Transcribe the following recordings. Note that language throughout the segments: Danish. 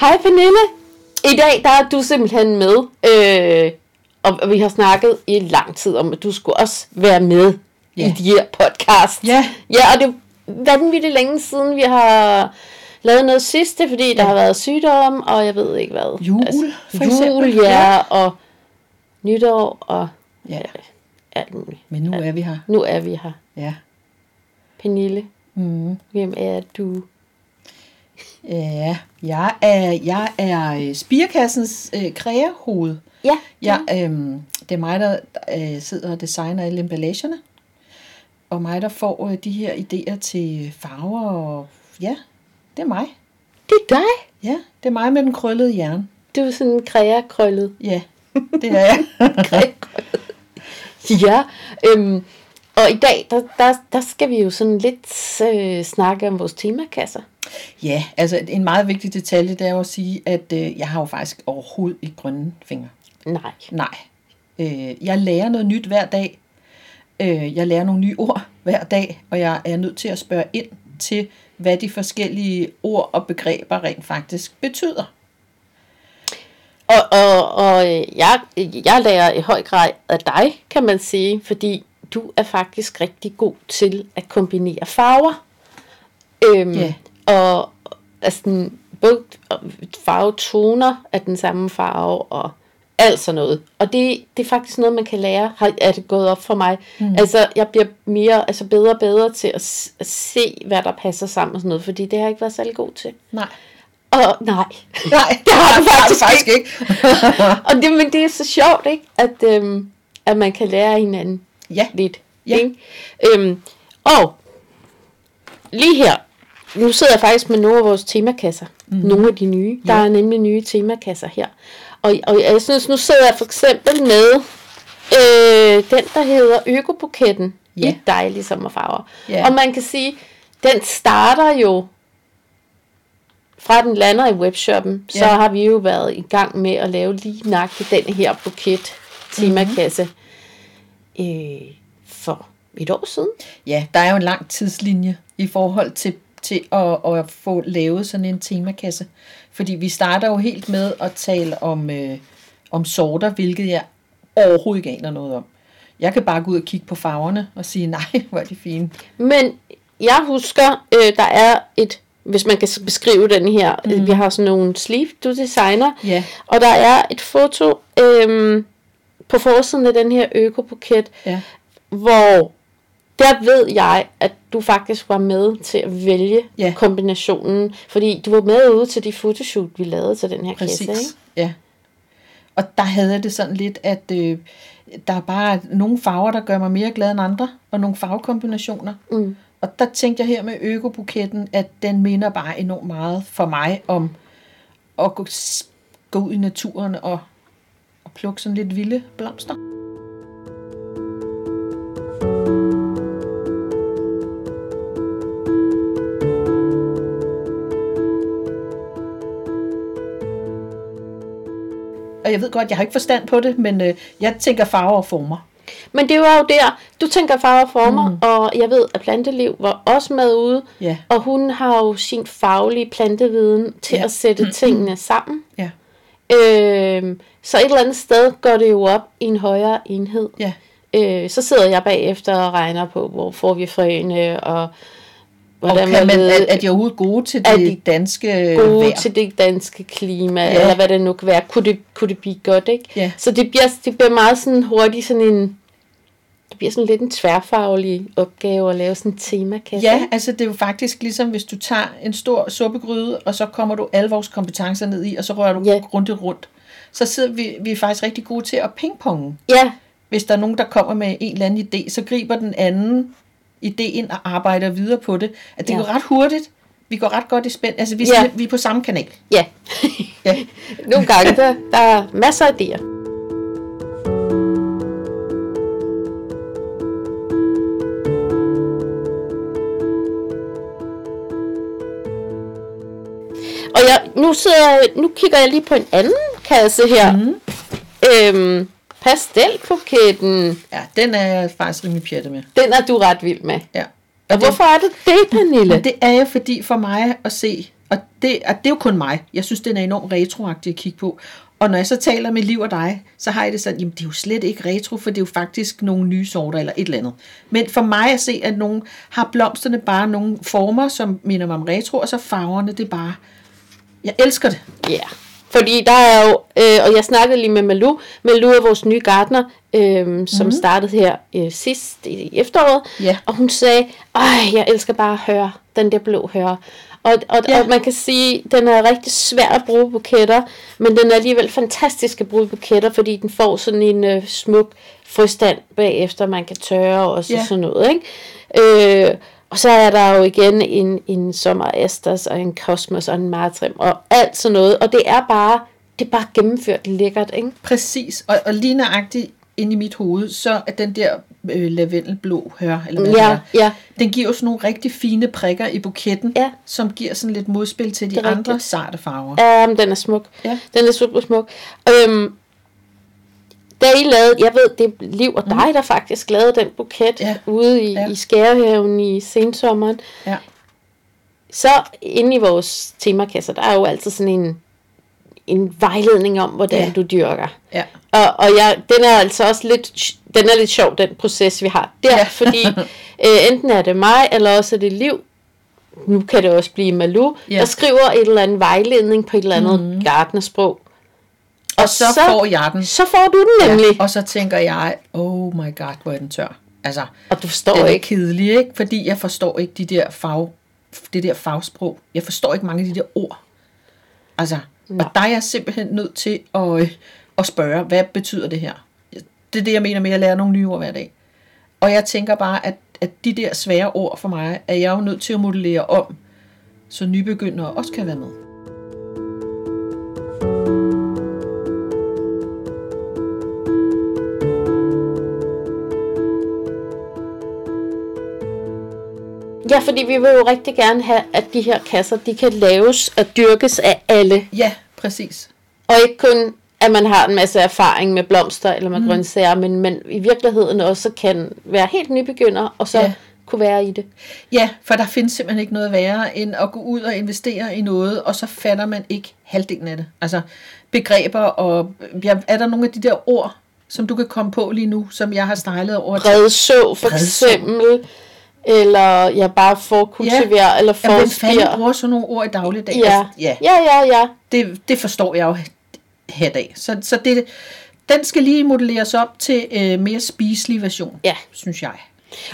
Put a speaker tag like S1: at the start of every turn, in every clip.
S1: Hej Pernille. I dag der er du simpelthen med, øh, og vi har snakket i lang tid om, at du skulle også være med
S2: Ja.
S1: i de her podcast.
S2: Ja.
S1: ja, og det er vanvittigt længe siden, vi har lavet noget sidste, fordi der har været sygdom, og jeg ved ikke hvad. Altså,
S2: Jul, for
S1: jul,
S2: eksempel.
S1: ja, ja,
S2: Ja.
S1: og nytår, og
S2: Ja,
S1: alt muligt.
S2: men nu er vi her.
S1: Nu er vi her.
S2: Ja.
S1: Pernille,
S2: Mm.
S1: hvem er du?
S2: Ja, jeg er, jeg er øh, spirekassens øh, kreahoved.
S1: Ja,
S2: Jeg, øhm, det er mig, der øh, sidder og designer alle emballagerne. Og mig, der får øh, de her idéer til farver. Og, ja, det er mig.
S1: det er dig.
S2: Ja, det er mig med den krøllede hjerne.
S1: Du er sådan en krægerkrøllet.
S2: Ja, det er jeg.
S1: Ja, øhm, og i dag, der, der, der skal vi jo sådan lidt øh, snakke om vores temakasser.
S2: ja, altså en meget vigtig detalje, det er jo at sige, at øh, jeg har jo faktisk overhovedet ikke grønne fingre.
S1: Nej.
S2: Nej. Øh, jeg lærer noget nyt hver dag. Øh, jeg lærer nogle nye ord hver dag, og jeg er nødt til at spørge ind til, hvad de forskellige ord og begreber rent faktisk betyder.
S1: Og, og, og øh, jeg, jeg lærer i høj grad af dig, kan man sige, fordi du er faktisk rigtig god til at kombinere farver. Øhm,
S2: Ja.
S1: Og altså, både farvetoner af den samme farve og alt sådan noget. Og det, det er faktisk noget, man kan lære, har, er det gået op for mig. Mm. Altså, jeg bliver mere, altså bedre og bedre til at, s- at se, hvad der passer sammen og sådan noget, fordi det har jeg ikke været særlig god til.
S2: Nej.
S1: Og nej,
S2: Nej,
S1: det har du
S2: det har du
S1: faktisk,
S2: faktisk
S1: ikke.
S2: ikke.
S1: og det, men det er så sjovt, ikke? At, øhm, at man kan lære af hinanden
S2: Ja.
S1: lidt.
S2: Ja.
S1: Ikke? Øhm, og lige her, nu sidder jeg faktisk med nogle af vores temakasser. Mm.
S2: Mhm.
S1: Nogle af de nye. Der er nemlig nye temakasser her. Og, og jeg synes, nu sidder jeg for eksempel med øh, den, der hedder Økobuketten.
S2: Ja.
S1: I dejlige sommerfarver.
S2: Ja.
S1: Og man kan sige, den starter jo fra den lander i webshoppen, så
S2: Ja.
S1: har vi jo været i gang med at lave lige nøjagtigt den her buket temakasse
S2: Mhm.
S1: mm-hmm. øh, for et år siden.
S2: Ja, der er jo en lang tidslinje i forhold til, til at, at få lavet sådan en temakasse. Fordi vi starter jo helt med at tale om, øh, om sorter, hvilket jeg overhovedet ikke aner noget om. Jeg kan bare gå ud og kigge på farverne og sige, nej, hvor er de fine.
S1: Men jeg husker, øh, der er et, hvis man kan s- beskrive den her, mm. vi har sådan nogle sleeve, du designer,
S2: Mhm. Ja.
S1: og der er et foto øh, på forsiden af den her økobuket,
S2: Ja.
S1: hvor der ved jeg, at du faktisk var med til at vælge ja.
S2: Ja.
S1: kombinationen, fordi du var med ude til de fotoshoot, vi lavede til den her Præcis. kasse, ikke?
S2: Præcis, ja. Og der havde jeg det sådan lidt, at øh, der er bare nogle farver, der gør mig mere glad end andre, og nogle farvekombinationer.
S1: Mm.
S2: Og der tænkte jeg her med økobuketten, at den minder bare enormt meget for mig om at gå, s- gå ud i naturen og, og plukke sådan lidt vilde blomster. Og jeg ved godt, jeg har ikke forstand på det, men øh, jeg tænker farver og former.
S1: Men det var jo der, du tænker farver og former, mm. og jeg ved, at Planteliv var også med ude,
S2: Ja.
S1: og hun har jo sin faglige planteviden til ja.
S2: Ja.
S1: at sætte tingene sammen.
S2: Ja,
S1: Øh, så et eller andet sted går det jo op i en højere enhed.
S2: ja,
S1: Øh, så sidder jeg bagefter og regner på, hvor får vi frøene, og
S2: Og
S1: hvordan
S2: kan man,
S1: ved-
S2: er, er de overhovedet gode til
S1: Er
S2: det
S1: de
S2: de danske
S1: gode
S2: vejr?
S1: til det danske klima, ja.
S2: Ja.
S1: eller hvad det nu kan være. Kunne det, kunne det blive godt, ikke?
S2: Ja.
S1: Så det bliver, det bliver meget sådan hurtigt sådan en... Det bliver sådan lidt en tværfaglig opgave at lave sådan en temakasse.
S2: Ja,
S1: ikke?
S2: altså det er jo faktisk ligesom, hvis du tager en stor suppegryde, og så kommer du alle vores kompetencer ned i, og så rører du
S1: Ja.
S2: ja. grundigt rundt. Så sidder vi, vi er faktisk rigtig gode til at pingponge.
S1: ja.
S2: Hvis der er nogen, der kommer med en eller anden idé, så griber den anden idé ind og arbejder videre på det. At det
S1: Ja.
S2: ja. går ret hurtigt. Vi går ret godt i spænd. Altså vi,
S1: Ja.
S2: ja. vi er på samme kanal.
S1: Ja.
S2: Ja.
S1: Nogle gange, der, der er masser af idéer. Og jeg, nu, sidder, jeg- nu kigger jeg lige på en anden kasse her. Mm. Øhm, pastelbuketten,
S2: ja, den er jeg faktisk rimelig pjattet med.
S1: den er du ret vild med.
S2: Ja.
S1: Og hvorfor er det det, Pernille?
S2: Men det er jo fordi for mig at se, og det, og det er jo kun mig, jeg synes, den er enormt retroagtig at kigge på. Og når jeg så taler med Liv og dig, så har jeg det sådan, jamen det er jo slet ikke retro, for det er jo faktisk nogle nye sorter eller et eller andet. Men for mig at se, at nogen har blomsterne bare nogle former, som minder mig om retro, og så farverne, det er bare, jeg elsker det.
S1: Ja, fordi der er jo, øh, og jeg snakkede lige med Malu, Malu er vores nye gartner, øh, som mm. startede her øh, sidst i i efteråret,
S2: Mhm. Ja.
S1: og hun sagde, Ej, jeg elsker bare at høre, den der blå høre. Og, og,
S2: Ja.
S1: ja. og man kan sige, den er rigtig svær at bruge i buketter, men den er alligevel fantastisk at bruge i buketter, fordi den får sådan en øh, smuk frøstand bagefter, man kan tørre og så,
S2: Ja.
S1: ja. sådan noget. Ikke? Øh, og så er der jo igen en, en sommer Astas og en Kosmos og en Martrim og alt sådan noget. Og det er bare, det er bare gennemført lækkert, ikke?
S2: Præcis, og, og lige nøjagtigt inde i mit hoved, så er den der øh, lavendelblå hør, eller hvad det
S1: Ja,
S2: er,
S1: ja.
S2: den giver jo sådan nogle rigtig fine prikker i buketten,
S1: Ja.
S2: som giver sådan lidt modspil til de
S1: Det er
S2: andre
S1: rigtigt.
S2: sarte farver.
S1: Ja, men den er smuk.
S2: Ja.
S1: Den er super smuk. Øhm, da I lavede, jeg ved, det er Liv og dig, mm. der faktisk lavede den buket
S2: Ja.
S1: ja. ude i,
S2: Ja.
S1: ja. i Skærehaven i sensommeren.
S2: Ja.
S1: Så inde i vores temakasser, der er jo altid sådan en, en vejledning om, hvordan
S2: Ja.
S1: ja. du dyrker.
S2: Ja.
S1: Og, og jeg, den er altså også lidt, den er lidt sjov, den proces, vi har der,
S2: Ja.
S1: ja. fordi øh, enten er det mig, eller også er det Liv, nu kan det også blive Malu,
S2: Ja.
S1: ja. der skriver et eller andet vejledning på et eller andet mm. gardnersprog.
S2: Og så, så får jeg den,
S1: så får du den nemlig. Ja.
S2: og så tænker jeg, oh my god, hvor er den tør. Altså,
S1: Og du forstår
S2: den er
S1: ikke.
S2: kedelig, ikke? Fordi jeg forstår ikke de der fag, det der fagsprog. Jeg forstår ikke mange af de der ord. Altså, Nej.
S1: Nej.
S2: og der er jeg simpelthen nødt til at, øh, at spørge, hvad betyder det her? Det er det, jeg mener med, at jeg lærer nogle nye ord hver dag. Og jeg tænker bare, at, at de der svære ord for mig, er jeg jo nødt til at modellere om, så nybegyndere også kan være med.
S1: Ja, fordi vi vil jo rigtig gerne have, at de her kasser, de kan laves og dyrkes af alle.
S2: Ja, præcis.
S1: Og ikke kun, at man har en masse erfaring med blomster eller med mm. grøntsager, men man i virkeligheden også kan være helt nybegynder, og så
S2: Ja.
S1: ja. kunne være i det.
S2: Ja, for der findes simpelthen ikke noget værre end at gå ud og investere i noget, og så fatter man ikke halvdelen af det. Altså begreber, og ja, er der nogle af de der ord, som du kan komme på lige nu, som jeg har stejlet over? til?
S1: Bredså for
S2: Bredså.
S1: eksempel, eller ja, bare forkultivere, ja. eller
S2: Jamen, hvem fanden
S1: forspire.
S2: bruger sådan nogle ord i dagligdagen?
S1: Ja.
S2: Altså, ja.
S1: ja, ja, ja.
S2: Det, det forstår jeg jo her dag. Så, så det, den skal lige modelleres op til øh, mere spiselig version,
S1: Ja.
S2: synes jeg.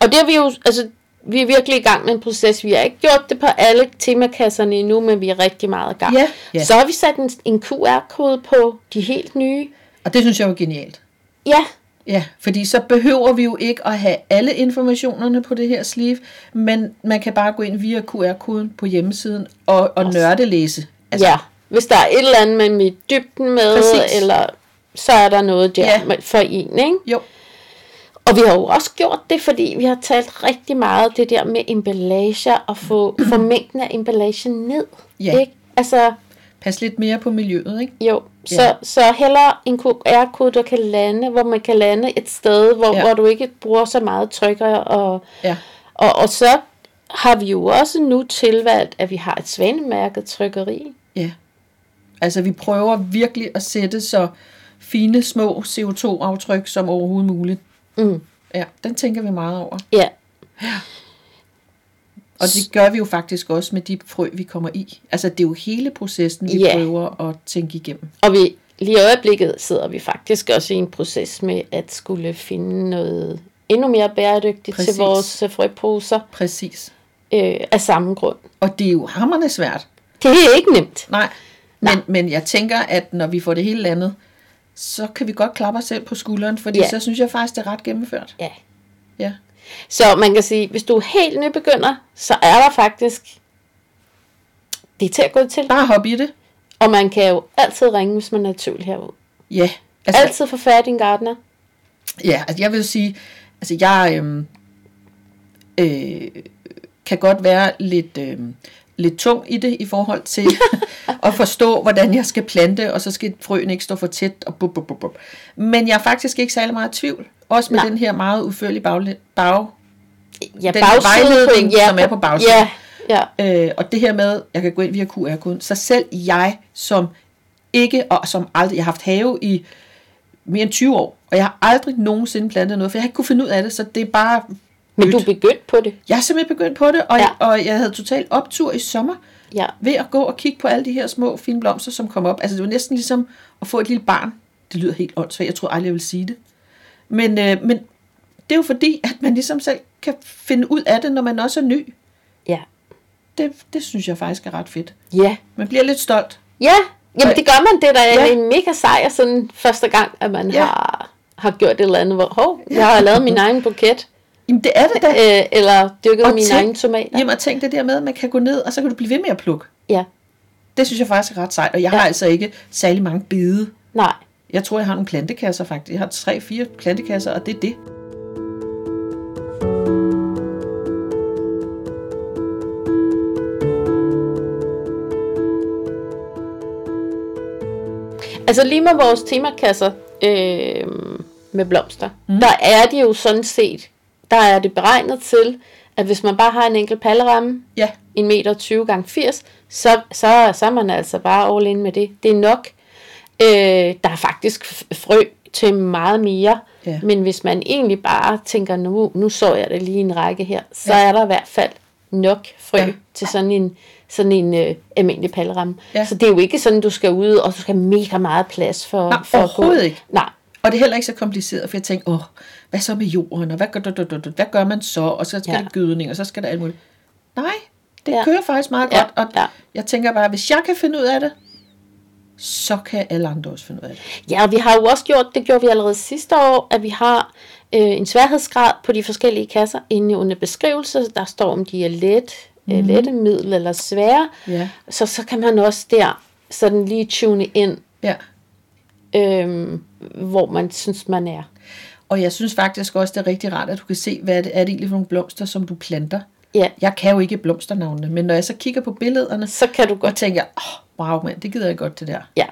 S1: Og det er vi jo, altså, vi er virkelig i gang med en proces. Vi har ikke gjort det på alle temakasserne endnu, men vi er rigtig meget i gang.
S2: Ja. Ja.
S1: Så har vi sat en, en QR-kode på de helt nye.
S2: Og det synes jeg jo er genialt.
S1: Ja,
S2: Ja, fordi så behøver vi jo ikke at have alle informationerne på det her sleeve, men man kan bare gå ind via QR-koden på hjemmesiden og, og nørdelæse.
S1: altså, ja. Hvis der er et eller andet, man vil i dybden med,
S2: Præcis.
S1: Præcis. eller så er der noget der
S2: Ja.
S1: ja. for en, ikke?
S2: Jo,
S1: Og vi har jo også gjort det, fordi vi har talt rigtig meget det der med emballager og få, få mængden af emballagen ned.
S2: Ja.
S1: Ikke? Altså,
S2: pas lidt mere på miljøet, ikke?
S1: Jo, så,
S2: Ja.
S1: ja. så hellere en QR-kode, der kan lande, hvor man kan lande et sted, hvor,
S2: Ja.
S1: ja. hvor du ikke bruger så meget trykker. Og,
S2: Ja,
S1: og, og så har vi jo også nu tilvalgt, at vi har et svanemærket trykkeri.
S2: ja. Altså, vi prøver virkelig at sætte så fine, små CO2-aftryk som overhovedet muligt.
S1: Mm.
S2: Ja, den tænker vi meget over.
S1: Ja,
S2: Og det gør vi jo faktisk også med de frø, vi kommer i. Altså, det er jo hele processen, vi
S1: Ja.
S2: prøver at tænke igennem.
S1: og vi, lige i øjeblikket sidder vi faktisk også i en proces med at skulle finde noget endnu mere bæredygtigt
S2: Præcis.
S1: til vores øh, frøposer
S2: Præcis.
S1: øh, af samme grund.
S2: Og det er jo hammerne svært.
S1: Det er ikke nemt.
S2: Nej,
S1: Nej.
S2: men, men jeg tænker, at når vi får det hele landet, så kan vi godt klappe os selv på skulderen, fordi ja.
S1: Ja.
S2: så synes jeg faktisk, det er ret gennemført.
S1: Ja.
S2: Ja,
S1: Så man kan sige, hvis du er helt nybegynder, så er der faktisk... Det er til at gå til.
S2: bare hop i det.
S1: Og man kan jo altid ringe, hvis man er i tvivl herude.
S2: Ja, altså,
S1: Altså, altid få fat i en gardener.
S2: ja, altså jeg vil sige, altså jeg øhm, øh, kan godt være lidt, øhm, lidt tung i det i forhold til at forstå, hvordan jeg skal plante, og så skal frøen ikke stå for tæt. Og bup, bup, bup, bup. Men jeg er faktisk ikke særlig meget i tvivl, også med Nej.
S1: Nej.
S2: den her meget udførlige bagle- bag,
S1: ja,
S2: den
S1: bagsiden på-
S2: vejledning, som er på bagsiden.
S1: Ja, ja,
S2: Øh, og det her med, jeg kan gå ind via QR-koden, så selv jeg, som ikke, og som aldrig, jeg har haft have i mere end 20 år, og jeg har aldrig nogensinde plantet noget, for jeg har ikke kunne finde ud af det, så det er bare...
S1: men
S2: nyt.
S1: du begyndte på det.
S2: Jeg er simpelthen begyndt på det, og, ja.
S1: Ja.
S2: og jeg havde totalt optur i sommer,
S1: Ja,
S2: ved at gå og kigge på alle de her små fine blomster, som kom op. Altså det var næsten ligesom at få et lille barn. Det lyder helt åndssvagt, jeg tror aldrig, jeg vil sige det. Men, øh, men det er jo fordi, at man ligesom selv kan finde ud af det, når man også er ny.
S1: ja,
S2: Det, det synes jeg faktisk er ret fedt.
S1: ja.
S2: Man bliver lidt stolt.
S1: Ja, jamen det gør man. Det er da
S2: Ja.
S1: ja. en mega sejr, sådan første gang, at man
S2: Ja.
S1: ja. har, har gjort et eller andet, hvor, hov, jeg har lavet min egen buket,
S2: Jamen det er det da.
S1: øh, eller dyrket
S2: Og
S1: mine
S2: tænk-
S1: egne tomater.
S2: Jamen og tænk det der med, at man kan gå ned, og så kan du blive ved med at plukke.
S1: Ja,
S2: Det synes jeg faktisk er ret sejt, og jeg
S1: Ja.
S2: har altså ikke særlig mange bede.
S1: nej.
S2: Jeg tror, jeg har nogle plantekasser faktisk. Jeg har tre-fire plantekasser, og det er det.
S1: Altså lige med vores temakasser øh, med blomster, mm. der er det jo sådan set, der er det beregnet til, at hvis man bare har en enkelt palleramme,
S2: Ja,
S1: en meter 20 gange 80, så, så, så er man altså bare all in med det. Det er nok. Øh, der er faktisk f- frø til meget mere,
S2: Ja.
S1: men hvis man egentlig bare tænker, nu, nu så jeg det lige en række her, så
S2: Ja.
S1: ja. er der i hvert fald nok frø
S2: Ja.
S1: ja. til sådan en, sådan en øh, almindelig palleramme.
S2: Ja.
S1: Ja. Så det er jo ikke sådan, du skal ud, og du skal have mega meget plads for,
S2: Nej,
S1: for
S2: overhovedet ikke.
S1: Nej,
S2: Og det er heller ikke så kompliceret, for jeg tænker, åh, hvad så med jorden, og hvad gør, du, du, du, du, hvad gør man så, og så skal ja.
S1: Ja.
S2: der gødning, og så skal der alt muligt. Nej, det ja.
S1: Ja.
S2: kører faktisk meget
S1: Ja,
S2: godt, og
S1: ja.
S2: jeg tænker bare, hvis jeg kan finde ud af det, så kan alle andre også finde ud af det.
S1: Ja, og vi har jo også gjort, det gjorde vi allerede sidste år, at vi har øh, en sværhedsgrad på de forskellige kasser inde under beskrivelser. Der står, om de er let, mm. øh, lette, middel eller svære.
S2: Ja.
S1: Så, så kan man også der sådan lige tune ind,
S2: Ja.
S1: øh, hvor man synes, man er.
S2: Og jeg synes faktisk også, det er rigtig rart, at du kan se, hvad det er det egentlig for nogle blomster, som du planter.
S1: Ja,
S2: Jeg kan jo ikke blomsternavnene, men når jeg så kigger på billederne,
S1: så kan du
S2: og
S1: godt.
S2: tænker jeg, åh, wow mand, det gider jeg godt det der.
S1: Ja.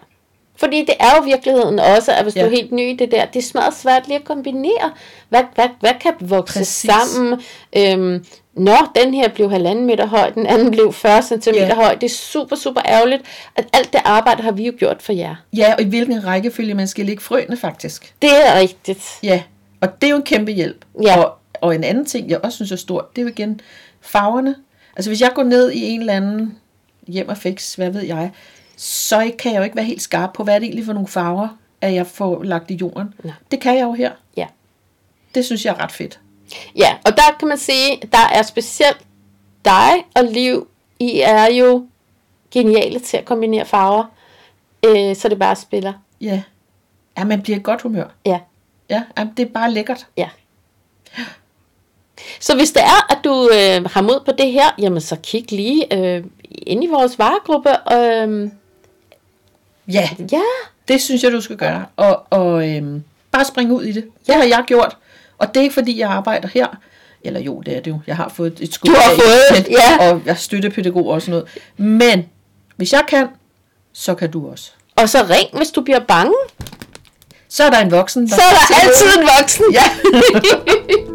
S1: Fordi det er jo virkeligheden også, at hvis ja.
S2: Ja.
S1: du er helt ny i det der, det er smadret svært lige at kombinere. Hvad, hvad, hvad kan vokse
S2: Præcis.
S1: Præcis. sammen? Øhm, nå, den her blev halvanden meter høj, den anden blev 40 cm
S2: Ja.
S1: høj. Det er super, super ærgerligt, at alt det arbejde har vi jo gjort for jer.
S2: Ja, og i hvilken rækkefølge man skal lægge frøene faktisk.
S1: Det er rigtigt.
S2: Ja, og det er jo en kæmpe hjælp.
S1: Ja.
S2: Og, og en anden ting, jeg også synes er stor, det er jo igen farverne. Altså hvis jeg går ned i en eller anden hjem og fix, hvad ved jeg, så ikke- kan jeg jo ikke være helt skarp på, hvad er det egentlig for nogle farver, at jeg får lagt i jorden.
S1: Nej.
S2: Det kan jeg jo her.
S1: Ja.
S2: Det synes jeg er ret fedt.
S1: Ja, og der kan man sige, der er specielt dig og Liv, I er jo geniale til at kombinere farver, øh, så det bare spiller.
S2: Ja. Ja, man bliver i godt humør.
S1: Ja.
S2: Ja, jamen, det er bare lækkert.
S1: Ja. Så hvis det er, at du øh, har mod på det her, jamen så kig lige øh, ind i vores varegruppe. Øh,
S2: Ja,
S1: ja,
S2: det synes jeg, du skal gøre. Og, og øhm, bare springe ud i det. Det har jeg gjort. Og det er ikke, fordi jeg arbejder her. Eller jo, det er det jo. Jeg har fået et skud.
S1: Du har
S2: af
S1: fået,
S2: et-
S1: ja.
S2: Og jeg er støttepædagog og sådan noget. Men hvis jeg kan, så kan du også.
S1: og så ring, hvis du bliver bange.
S2: Så er der en voksen, der
S1: Så er der altid en voksen.
S2: Ja.